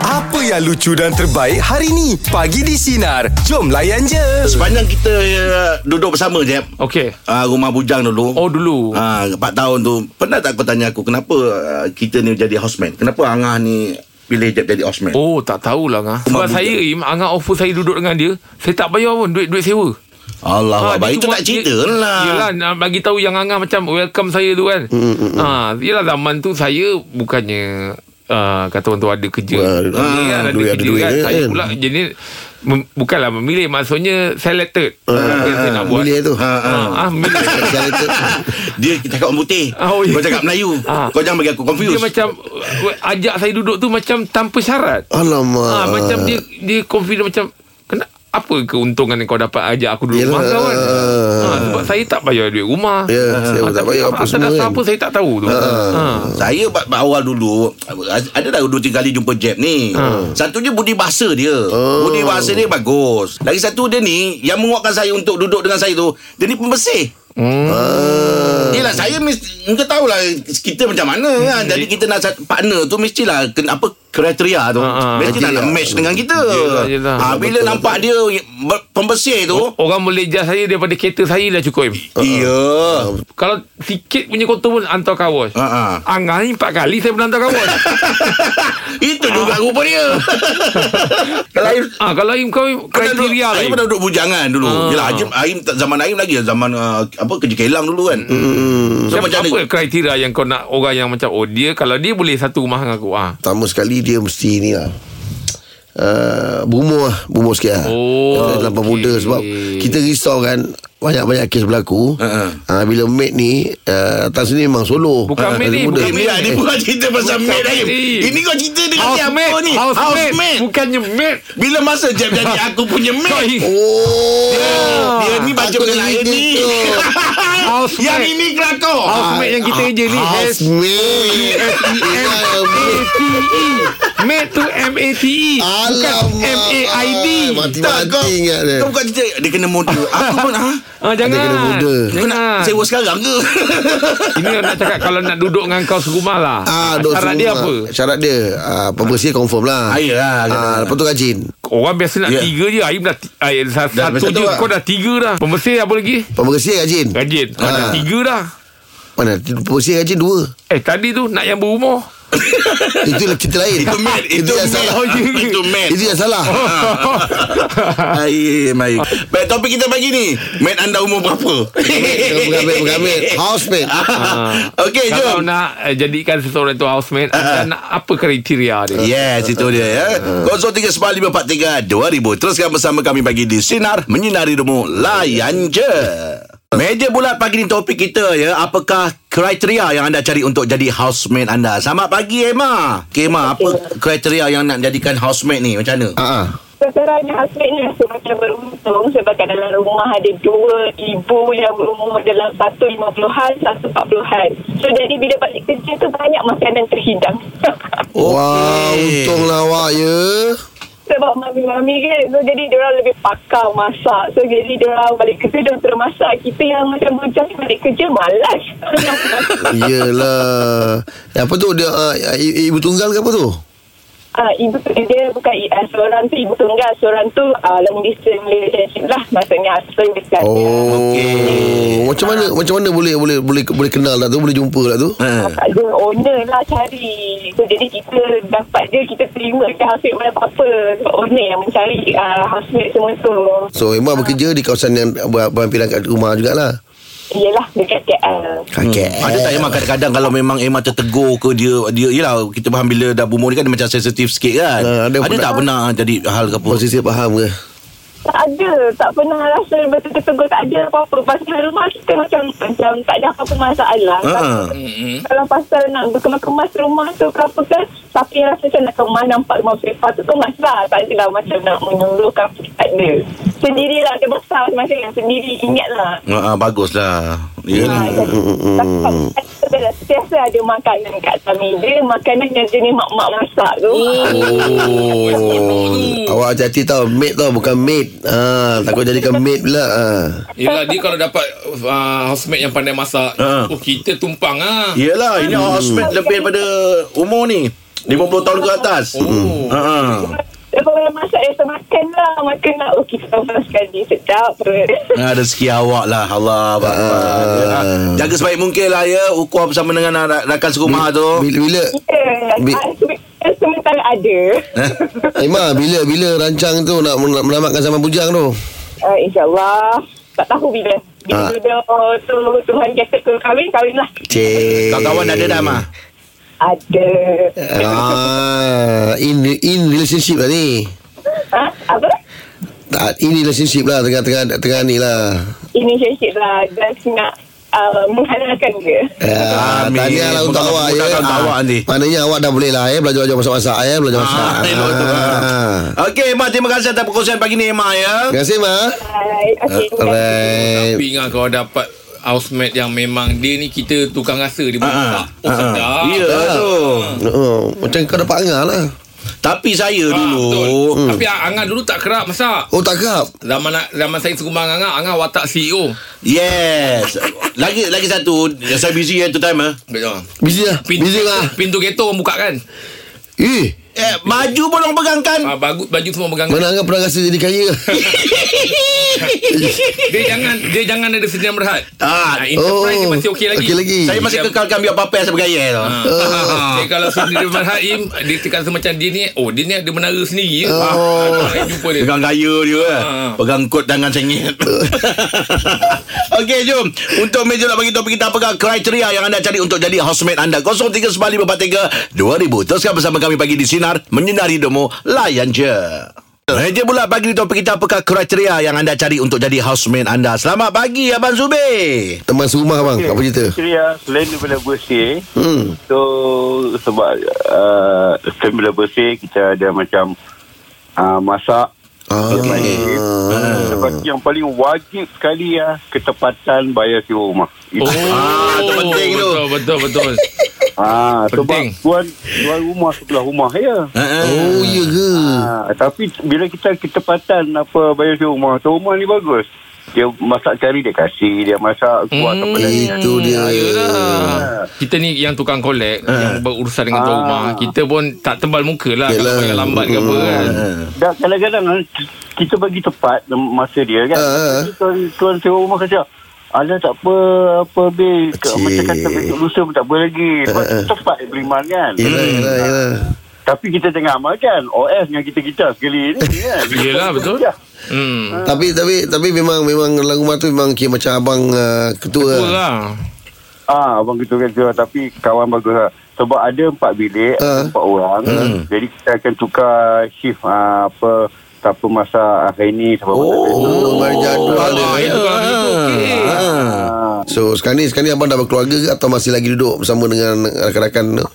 Apa yang lucu dan terbaik hari ni? Pagi di Sinar. Jom layan je. Sepanjang kita uh, duduk bersama je Okey. uh, Rumah Bujang dulu Oh dulu. Ah, 4 tahun tu Pernah tak kau tanya aku Kenapa uh, kita ni jadi houseman Kenapa Angah ni Pilih Jeb jadi houseman oh. Oh tak tahulah Angah Rumah Sebab budak. saya Im Angah offer saya duduk dengan dia Saya tak bayar pun Duit-duit sewa Allah ha, Ah, dia Itu cuma- tak cerita dia- lah Yelah nak bagi tahu yang Angah macam Welcome saya tu kan ha, Yelah zaman tu saya Bukannya Uh, kata orang tu ada kerja Ah, ada- Ni kan, ada duit, ada duit kan, Saya kan? pula jenis mem, Bukanlah memilih Maksudnya selected Ah, uh, Yang saya nak buat Bilik tu ha, ha. Ah, ah, memilih. Cara tu Dia cakap orang putih Ah, oh, ya. Kau cakap Melayu Ah. Kau jangan bagi aku confused Dia macam uh, Ajak saya duduk tu Macam tanpa syarat Alamak Ah, macam dia dia confident macam kena apa keuntungan yang kau dapat ajak aku duduk Yelah. rumah kau kan? Ha, sebab saya tak bayar duit rumah. Ah, Ya, saya pun tak tapi bayar apa atas semua dasar kan. Ah. apa saya tak tahu tu. Ha. Saya ba- ba- awal dulu Ada dah dua tiga kali jumpa Jeb ni Ha. Satu je budi bahasa dia Oh. Budi bahasa dia bagus Lagi satu dia ni Yang menguatkan saya untuk duduk dengan saya tu Dia ni pembersih Ah. Hmm. Yelah saya mesti Kau tahulah Kita macam mana Hmm. kan Jadi kita nak sat- partner tu Mestilah kena, Apa kriteria tu Ah, ah. Mestilah nak Yelah. match dengan kita Yelah, yelah. Ah, Bila nampak dia ber- Pembersih tu Ah. Orang boleh judge saya daripada kereta saya dah cukup. Im. Iya Kalau sikit punya kotor pun hantar kawas. Ah, ah. Angah ni empat kali saya pernah hantar kawas. Itu juga rupa dia Kalau Aim- ah, kalau Im kau Im, Pernah duduk- kriteria lah Aim Im. pernah duduk bujangan dulu. Ah. Yelah, Aim, Aim tak- zaman Aim lagi. Zaman uh, apa kerja kelang dulu kan. Mm, Hmm. So, Macam macam apa mana? kriteria yang kau nak orang yang macam oh dia kalau dia boleh satu rumah dengan aku ah. Pertama sekali dia mesti ni lah Uh, bumur lah Bumur sikit lah Oh, Kata Terlampau okey. muda Sebab kita risau kan Banyak-banyak kes berlaku Ha, uh-huh. uh, Bila mate ni uh, Datang sini memang solo Bukan Ah, mate ni, dari muda. Eh, bukan Mia, ni bukan cerita pasal Bukan maid Aim. mate. Ini kau cerita dengan siapa Housemate, ni? housemate. Bukannya mate. Bila masa Jeb jadi aku punya Kau mate? Oh Dia ni baca Aku dengan dah air jadi ni. tu. Housemate. Yang ini kelakor. Housemate yang kita kerja ni House mate S-E-M-A-T-E E. Mate tu M-A-T-E E. Bukan Alamak M-A-I-D Tak, kau, Mati-mati ingat dia kau bukan cerita. Dia kena muda. Aku pun, ha? ah, Jangan kena muda. Kau Jangan nak sewa sekarang ke? Ini nak cakap Kalau nak duduk dengan kau serumah lah Ah, duk Syarat suruh dia mak. apa Syarat dia ah, Pembersih confirm lah Ah, yelah. ah, Lepas tu rajin Orang biasa nak Ya. tiga je Aim dah ti- ah, eh, sa- Dah, Satu satu je lah. Kau dah tiga dah Pembersih apa lagi Pembersih rajin Rajin Kau dah Ah. tiga dah Mana Pembersih rajin dua Eh tadi tu Nak yang berumur Itu lah cerita lain Itu mate. Itu Oh, yang mate. Oh, salah Itu mate. Itu yang salah Air, air. Baik, topik kita pagi ni. Mate anda umur berapa? Pengambil Pengambil Housemate Ah. Okey, Kalau jom. nak eh, Jadikan seseorang tu housemate Anda nak apa kriteria dia Yes, itu dia ya. 0395432000. Teruskan bersama kami bagi di Sinar Menyinari Demo Layan Je. Meja bulat pagi ni topik kita ya. Apakah kriteria yang anda cari untuk jadi housemate anda? Selamat pagi Emma. Okay, Emma, apa kriteria yang nak jadikan housemate ni? Macam mana? Ah, ah. Sekarang husband ni rasa macam beruntung sebab kat dalam rumah ada dua ibu yang berumur dalam satu lima puluhan, satu empat puluhan. So jadi bila balik kerja tu banyak makanan terhidang. Oh. Wah Untunglah awak ya sebab mami-mami kan so jadi diorang lebih pakar masak. So jadi diorang balik kerja diorang terus masak. Kita yang macam bujang ni balik kerja malas. Yelah Apa tu dia ah, i- Ibu tunggal ke apa tu Ah, ibu tu- dia bukan uh, seorang tu ibu tunggal, seorang tu uh, long distance relationship lah maksudnya husband dekat Oh Macam mana Macam mana boleh Boleh boleh boleh kenal lah tu Boleh jumpa lah tu Ha. Tak ada owner lah cari so, Jadi kita dapat dia Kita terima ke housemate mana apa-apa Sebab owner yang mencari uh, housemate semua tu So Emma bekerja di kawasan yang ber- berhampiran kat rumah jugalah Yelah dekat KL Kakek Hmm. Ada tak Emma kadang-kadang kalau memang Emma tertegur ke dia dia yalah kita faham bila dah umur ni kan dia macam sensitif sikit kan. Ha, ada ada ada pernah- tak pernah jadi hal ke apa? Posisi faham ke Tak ada Tak pernah rasa Betul tegur tak ada apa-apa Pasal rumah kita macam Macam tak ada apa-apa masalah Ha. Tapi Kalau pasal nak berkemas-kemas rumah tu Kenapa kan Tapi yang rasa macam nak kemas Nampak rumah sepa tu Kemas lah Tak adalah macam nak menyuruhkan Tak ada Sendirilah dia besar Macam yang sendiri Ingatlah Ha, ha baguslah. Ah, Hmm, Yalah. tapi- tapi Sentiasa ada makanan kat atas meja Makanan yang jenis mak-mak masak tu Hmm. Oh, awak hati-hati tau Maid tau Bukan maid ha, Takut jadikan maid pula ha. Yelah dia kalau dapat uh, housemate yang pandai masak Ha. Oh kita tumpang ah. Yalah ini hmm. housemate lebih daripada umur ni. 50 tahun ke atas. Hmm. Oh. Ha. Lepas orang masak Rasa makan lah Makan lah Oh kita tambah sekali Sedap Ya. perut Ah, rezeki awak lah Allah Akbar. Ah. Jaga sebaik mungkin lah ya Ukur bersama dengan ra- rakan serumah tu Bila, bila Ya Bi- Eh? ah, sementara- Sementara ada Ima, bila bila rancang tu nak, nak menamatkan zaman bujang tu? uh, InsyaAllah Tak tahu bila Ah. Bila uh. tu Tuhan kata kau kahwin Kahwin lah Cik. Kau kawan ada dah mah Ada Eh, Ah, in in relationship lah ni. ha? Apa? Tak, in relationship lah tengah-tengah tengah ni lah. Ini syekh lah Dan nak uh, Menghalalkan dia Ya, Amin. tahniah lah untuk Moga- awak moga ya. untuk Ah, awak nanti. Maknanya awak dah boleh lah ya belajar-belajar masak-masak ya, belajar masak. Ah, elok tu, Ah. Okey Mak terima kasih atas perkongsian pagi ni Mak ya Terima kasih, Ma. Hai Okay Ah, Alright. Tapi ingat kalau dapat housemate yang memang dia ni kita tukang rasa dia Ha, pun Ah, tak. Oh, ah, sedap. Ya tu Oh, macam kau dapat angah lah. Tapi saya Ah, dulu hmm. betul. Hmm. Tapi Angan dulu tak kerap masak. Oh, tak kerap. Zaman zaman saya sekumbang Angan, Angan watak E CEO. Yes Lagi lagi satu Saya busy ya tu time eh. Betul. Busy lah. Pintu, Busy lah. pintu kereta orang buka kan. Eh, eh Baju pun orang pegang kan Hmm. Ah, bagus baju semua pegang. mana angah pernah rasa jadi kaya? Dia jangan dia jangan ada sedia berhad. Ah, Ah, enterprise dia masih okey lagi. oh. Okey lagi. Saya masih Dia- kekalkan biar papai saya bergaya tu Ah. Jadi kalau sendiri berhaim Dia tekan macam dia ni Oh dia ni ada menara sendiri ya? oh. ah, Saya jumpa dia Pegang gaya dia eh. Ah. Pegang kod tangan sengit Okey jom Untuk meja nak bagi topik kita Apakah kriteria yang anda cari Untuk jadi housemate anda 0395432000 Teruskan bersama kami pagi di Sinar Menyinari Demo Layan je Meja pula pagi di topik kita Apakah kriteria yang anda cari Untuk jadi housemate anda Selamat pagi Abang Zubir Teman serumah bang, apa cerita? Kriteria ah, selain daripada bersih Hmm. So sebab uh, selain daripada bersih kita ada macam uh, masak Ah. dia baik. Ah, Lepas tu yang paling wajib sekali ya ketepatan bayar sewa rumah. oh. Oh. Itu. Ah, tu penting tu. Betul betul betul Ah, penting. sebab tuan tuan rumah sebelah rumah ya. Oh, iya ke? Ah, tapi bila kita ketepatan apa bayar sewa rumah, tu rumah ni bagus. Dia masak cari dia kasih, dia masak kuah hmm. apa lagi. Itu dia. Ah, Yelah Kita ni yang tukang collect Yang berurusan dengan tuan rumah Kita pun tak tebal muka lah Kalau Yelah. bayar lambat ke apa kan Dah kadang-kadang kan, kita bagi tepat masa dia kan. Ah, ah. Uh. Tuan, tuan sewa rumah kata, Alah tak apa apa bil Cik. macam kata besok lusa pun tak apa lagi sebab Ah, Eh. ah. tepat beriman kan Yelah, yelah, yelah. tapi kita tengah amalkan OS dengan kita-kita sekali ni kan Yelah, betul. Ya. hmm. Tapi tapi tapi memang memang lagu rumah tu memang kira macam abang uh, ketua. Betul lah Ah, abang kita kata tapi kawan bagus lah. Sebab ada empat bilik, Ah. uh. empat orang. Uh. Jadi kita akan tukar shift ah, apa siapa masak ah, hari ni siapa masak hari ni. Oh, berjadual dia. Ah, itu kalau itu okey. Ah, So sekarang ni Sekarang ni abang dah berkeluarga ke Atau masih lagi duduk Bersama dengan rakan-rakan tu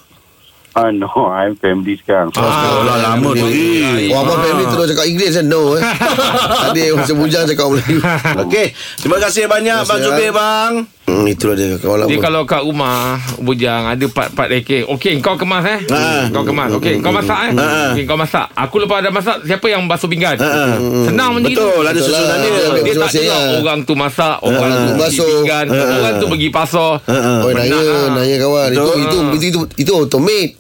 ah, no, I'm family sekarang. Ah. Oh lah lama tu Oh abang family terus cakap Inggeris kan No eh Tadi macam bujang cakap Melayu Okey Terima kasih banyak Abang kasih, Zubir Abang. bang hmm, Itulah dia Kawan Dia lama kalau kat rumah Bujang Ada part-part reke Okey kau kemas eh Ha. Kau kemas Okey kau masak eh Ha. Okey kau masak Aku lepas ada masak Siapa yang basuh pinggan Ha. Senang macam itu Betul ada Betul susunan lah. dia dia tak Ambil ya. masing-masing tengok lah. orang tu masak Ha. Orang tu basuh Basuh. pinggan Orang tu pergi pasar Oh naya Benar lah. Naya kawan itu, itu itu itu itu automate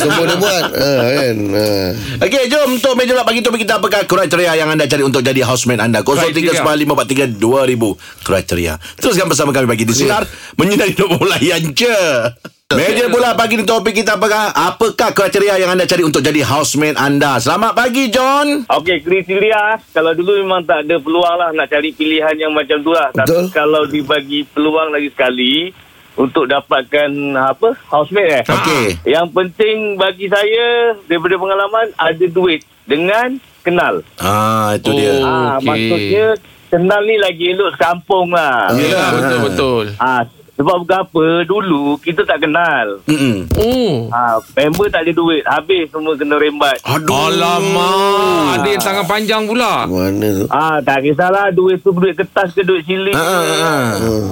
Semua dia buat ha, kan ha. Okey, jom untuk meja pula bagi topik kita apakah kriteria yang anda cari untuk jadi housemate anda. 0395432000 kriteria. Teruskan bersama kami bagi di sinar menyinari hidup layan je. Meja pula pagi ni topik kita apakah apakah kriteria yang anda cari untuk jadi housemate anda. Selamat pagi John. Okey, kriteria kalau dulu memang tak ada peluang lah nak cari pilihan yang macam tu lah. Tapi Betul. kalau dibagi peluang lagi sekali untuk dapatkan apa housemate eh. Ah. Okey. Yang penting bagi saya daripada pengalaman ada duit dengan kenal. Ah itu dia. Oh. Okey. Ah, maksudnya kenal ni lagi elok sekampung lah. Ha. Yelah betul-betul Ah, sebab bukan apa dulu kita tak kenal. Mm-mm. Oh Ah, member tak ada duit, habis semua kena rembat. Aduh. Alamak Ada yang tangan panjang pula Mana tu Ah, tak kisahlah duit tu duit kertas ke duit siling. Ah, ah, ke. ah.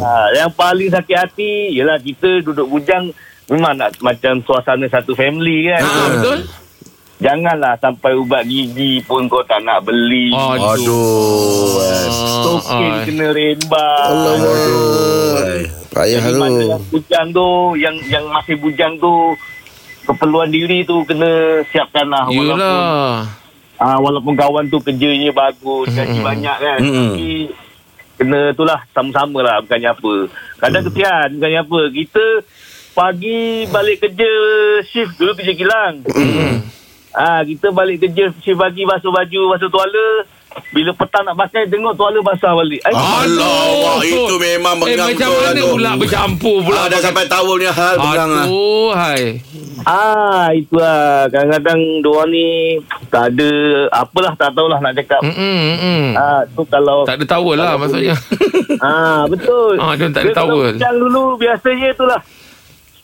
Ha, yang paling sakit hati ialah kita duduk bujang memang nak macam suasana satu family kan. Ha. Ah, Betul Janganlah sampai ubat gigi pun kau tak nak beli. Oh, Aduh. eh. Token Ah, kena rembat. Alamak Ya, Payah Jadi lah? tu mana yang bujang tu, yang yang masih bujang tu keperluan diri tu kena siapkan lah walaupun ah. Yelah Ah walaupun kawan tu kerjanya bagus, gaji mm-hmm. banyak kan. Mm-mm. Mm-hmm. Tapi kena itulah sama-sama lah bukannya apa. Kadang mm. kesian bukannya apa. Kita pagi balik kerja shift dulu kerja kilang. Mm. Ah kita balik kerja shift pagi basuh baju, basuh tuala. Bila petang nak pakai tengok tuala basah balik. Ay, Alah, wah, Aduh. itu memang Eh mengang macam tu lah mana tu. pula bercampur pula Ah, dah sampai tahun ni hal pegang lah. Aduh hai Ah itu lah kadang-kadang diorang ni tak ada apalah tak tahulah nak cakap. Mm. Mm-mm, mm-mm. Ah tu kalau Tak ada tawar lah maksudnya Ah betul. Ah, dia tak ada Dia kalau towel. Yang dulu biasanya itulah.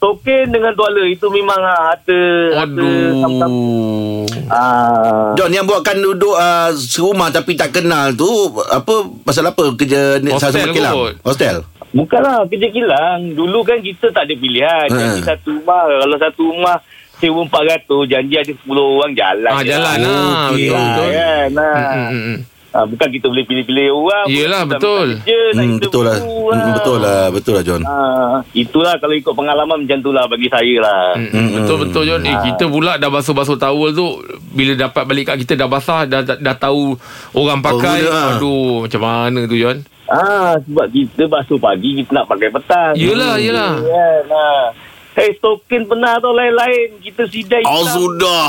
Token dengan tuala itu memang ah, harta harta sama-sama. Aduh Ah, John yang buatkan duduk uh, serumah tapi tak kenal tu apa pasal apa kerja ni Hostel sama kilang? kot. Hostel. bukanlah kerja kilang. Dulu kan kita tak ada pilihan. Ha. Jadi satu rumah kalau satu rumah sewa 400 janji ada 10 orang jalan. Ah, je jalan lah. lah. Okey Betul, lah, betul. Kan, ah. Mm, mm, mm. Ah, bukan kita boleh pilih-pilih orang. Yelah, bukan kita betul. minta Kerja, nak Hmm, kita betul lah. buku Hmm, betul lah, betul lah John. Ah, itulah kalau ikut pengalaman macam tu lah bagi saya lah. Mm-mm. Betul-betul John eh, Kita pula dah basuh-basuh towel tu Bila dapat balik kat kita Dah basah Dah, dah, dah tahu Orang pakai guna, ah. Aduh Macam mana tu John Ah, sebab kita basuh pagi kita nak pakai petang. Yelah, yelah. Kan, ah. Hey, token pernah tau lain-lain. Kita Ah, sidai Oh sudah.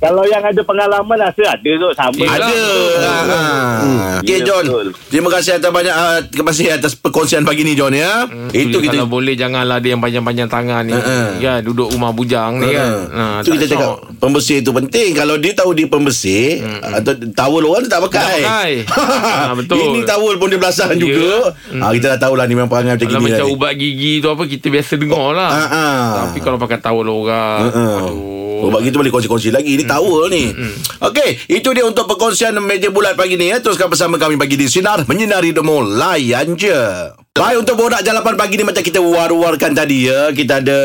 Kalau yang ada pengalaman rasa ada tu sama. Yelah. Ada. Betul. Ha. Okey Ya, John. betul. Terima kasih atas banyak uh, terima kasih atas perkongsian pagi ni John ya. Itu Hmm, kita Kalau boleh Janganlah ada yang panjang-panjang tangan ni Ha-ha. Ya duduk rumah bujang ni kan Ha, tak tu kita syok. cakap pembersih tu penting kalau dia tahu dia pembersih atau tawul orang tu tak pakai. Hmm. Tak pakai. Ha, betul. Ini tawul pun dia belasah Ya. juga. Ha, kita dah tahulah ni memang perangai macam Kalau gini. macam tadi. ubat gigi tu apa Kita biasa dengar lah Ah, ah. Tapi kalau pakai towel orang Uh-uh. Aduh Mm, Sebab kita boleh kongsi-kongsi lagi Ini towel ni Okey Itu dia untuk perkongsian Meja bulat pagi ni ya. Teruskan bersama kami Pagi di Sinar Menyinari Demo Layan je Baik untuk borak jalapan pagi ni Macam kita war-warkan tadi ya Kita ada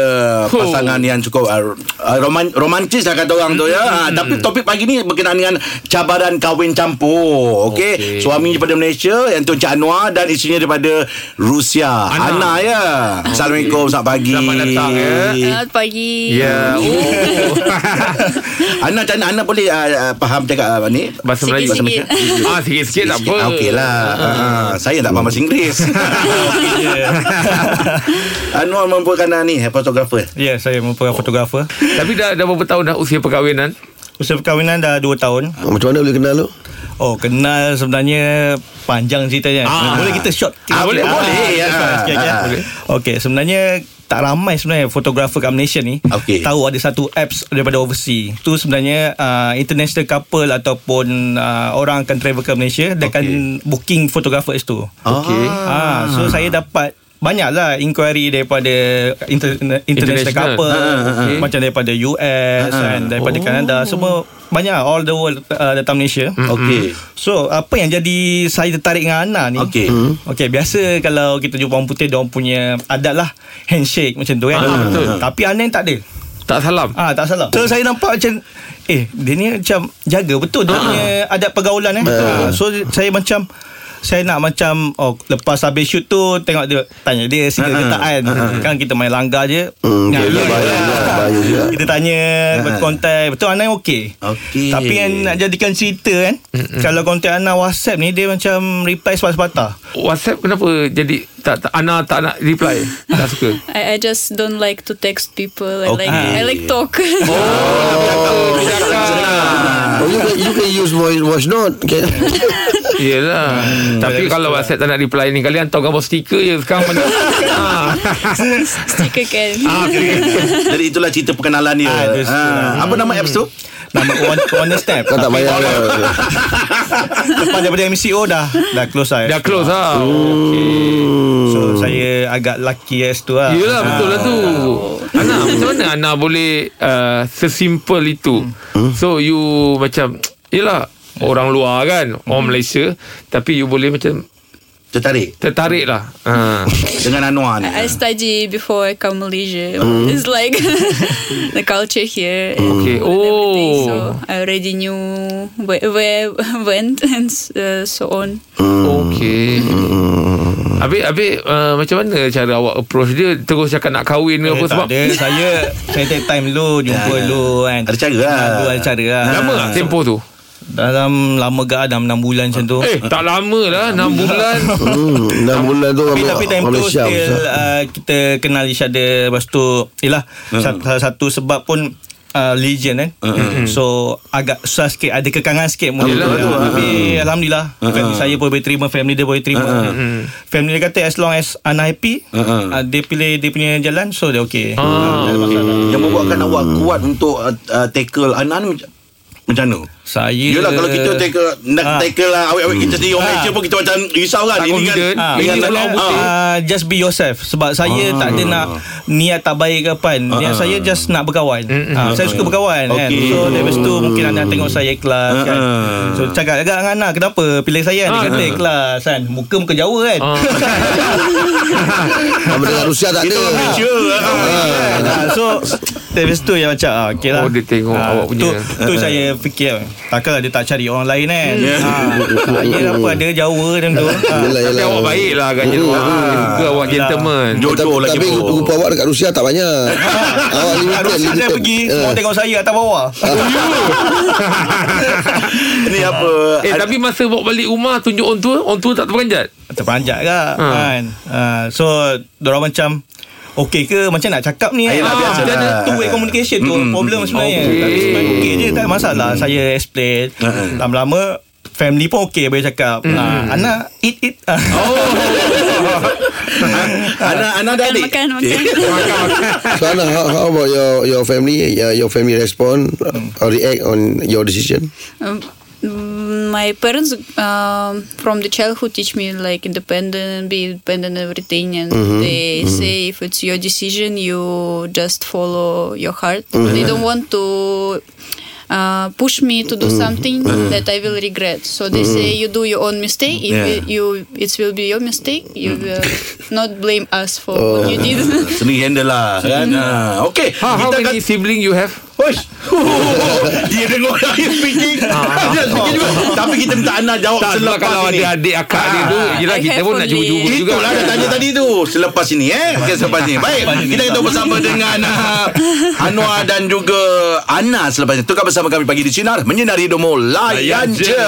Huh. Pasangan yang cukup uh, uh, roman, Romantis lah kata orang tu ya Mm-hmm. ha, Tapi topik pagi ni Berkenaan dengan Cabaran kahwin campur Okey Okey. okay. Suami daripada Malaysia Yang tu Encik Anwar Dan istrinya daripada Rusia Ana, Ana. ya Assalamualaikum Selamat pagi Ah, Selamat datang, ya. Selamat pagi. Ya oh. Ana macam mana? Ana boleh uh, uh, faham cakap uh, ni Bahasa Melayu Sikit-sikit. Ah sikit-sikit tak apa Ah, Okey lah Ah, Saya tak faham bahasa Inggeris Anwar merupakan ah, ni Fotografer Ya, yeah, saya merupakan fotografer. Tapi dah, dah berapa tahun dah usia perkahwinan Usia perkahwinan dah 2 tahun. Ha, Macam mana boleh kenal tu? Oh, kenal sebenarnya panjang ceritanya. Ah. Ah. Boleh kita short? Ah, boleh, boleh, ya. Sikit aja. Ah, boleh. Okey, sebenarnya tak ramai sebenarnya fotografer kat Malaysia ni Okey. tahu ada satu apps daripada overseas. Tu sebenarnya uh, international couple ataupun uh, orang akan travel ke Malaysia dia akan booking fotografer kat situ. Okey. Ah, so saya dapat banyaklah inquiry daripada inter, international, International. couple Ah, ah, ah. okay. macam daripada US and daripada oh. Kanada semua banyak all the world uh, datang Malaysia. Okey So apa yang jadi saya tertarik dengan Ana ni Okey. hmm. Okay biasa kalau kita jumpa orang putih Dia orang punya adat lah Handshake macam tu kan Ah, betul. Tapi Ana ni tak ada Tak salam Ah tak salah. So saya nampak macam eh dia ni macam jaga betul dia punya adat pergaulan eh. Ah, so saya macam saya nak macam oh lepas habis shoot tu tengok dia tanya dia single ke tak kan. Kan kita main langgar je. Hmm, Nah, okay, dia- bahaya juga, bahaya juga. Kita tanya berkontak betul Ana okey. Ah. Okey. Tapi kan, yang nak jadikan cerita kan kalau kontak Ana WhatsApp ni dia macam reply sepatah-sepatah. WhatsApp kenapa jadi tak, tak Ana tak nak reply Tak suka I, I just don't like to text people. I like I like talk. Oh, you can, you can use voice voice note. Can, Yelah Tapi kalau WhatsApp tak nak reply ni Kalian hantar gambar stiker je sekarang mana ah. Sticker can. Jadi itulah cerita perkenalan dia Ah, itu ah, sudah. Apa nama apps tu? Nama one, one step. kau tak payah. lah. Lepas daripada MCO dah dah close lah. Dah close lah So saya agak lucky as tu lah Yelah betul lah Ah. tu Ana macam mana Ana boleh uh, Sesimpel itu So you macam Yelah Orang luar kan Orang Malaysia Tapi you boleh macam Tertarik Tertarik lah ha. Dengan Anwar ni I, I study before I come Malaysia. It's like the culture here. Mm. Okay. and everything. Oh. So I already knew where, where went and uh, so on. Okay Habis habis uh, macam mana cara awak approach dia terus cakap nak kahwin ke Eh, apa tak sebab ada Saya Saya take time dulu Jumpa Ya. dulu kan Ada cara lah. Ada, ada cara lah lama tak Ah, tempoh tu? Dalam lama ke dalam 6 bulan macam tu Eh tak lama lah 6 bulan. Hmm, 6 bulan tu tapi, ramai- tapi time ramai tu Syam, still Ustaz. uh, Kita kenal each other Lepas tu Yelah Hmm. satu, salah satu sebab pun uh, Religion kan hmm. So Agak susah sikit Ada kekangan sikit mungkin Yelah, betul. Tapi Hmm, Alhamdulillah Family saya pun boleh terima Family dia boleh terima Hmm. Family dia kata As long as Anak happy Hmm, uh, Dia pilih dia punya jalan So dia okay Ah, Yang membuatkan awak kuat untuk uh, uh, tackle anak ni macam- macam mana? Saya Yelah kalau kita tackle nak Ah. tackle lah awet-awet kita sendiri orang Ah. Malaysia pun kita macam risau kan. Tak confident. Ah, Ini ini pulau putih. uh, just be yourself sebab saya tak ada nak niat tak baik ke apa. kan. Niat saya just nak berkawan. Ah, saya suka berkawan kan. Okey. So dari situ mungkin anak tengok saya ikhlas kan. So cakap juga dengan anak kenapa pilih Ah. saya kan? Dia kata ikhlas kan. Muka muka Jawa kan. Sama dengan Rusia tak ada. Malaysia. eh. Ah, so dari situ yang macam ah, okay lah. Oh, dia tengok awak punya. Tu, tu saya fikir takkanlah dia tak cari orang lain kan. Ha, saya apa ada Jawa dan tu. Ah. Yelah, Tapi yelah. awak baik lah agaknya Hmm, awak juga awak Yelah. gentleman. Jo- Jodoh lah tapi, lagi Tapi pun. rupa awak dekat Rusia tak banyak. awak limited. Ah, Harus saya limited. pergi Eh. Semua tengok saya atas bawah Ni apa? Eh Ada- tapi masa bawa balik rumah tunjuk orang tua, orang tua tak terperanjat. Terpanjat ke ha. Ha. kan ha. So Diorang macam Okey ke Macam nak cakap ni Ayolah, Ah, biasa lah. Macam Hmm. mana two way communication tu Problem sebenarnya Okey. Tapi sebenarnya okey je Tak ada masalah Saya explain Ha, Lama-lama Family pun okey Boleh cakap Hmm. ha. Anak Eat eat Ah. Oh. anak anak dah adik. Makan, makan. So Ana, how, how about your your family? Your, your family respond or react on your decision? Um, my parents um, from the childhood teach me like independent be independent in everything and they say if it's your decision you just follow your heart they don't want to uh, push me to do something that I will regret so they say you do your own mistake if Yeah. it- you it will be your mistake you will not blame us for what you did Sendiri handle lah kan. Ha. Okey, Ha, how kita akan many sibling you have? Hush. Dia dengar saya speaking. Dia speaking juga. Tapi kita minta Ana jawab Tak sebab selepas kalau ini. ada adik akak dia tu, yelah I kita have pun nak only- jubur-jubur juga. Kan? Itulah dah tanya tadi tu Selepas ini eh okay, Selepas ini Baik Kita akan tunggu bersama dengan uh, Anwar dan juga Ana Selepas ini Tukar bersama kami Pagi di Sinar Menyinari Domo Layan Layan je. je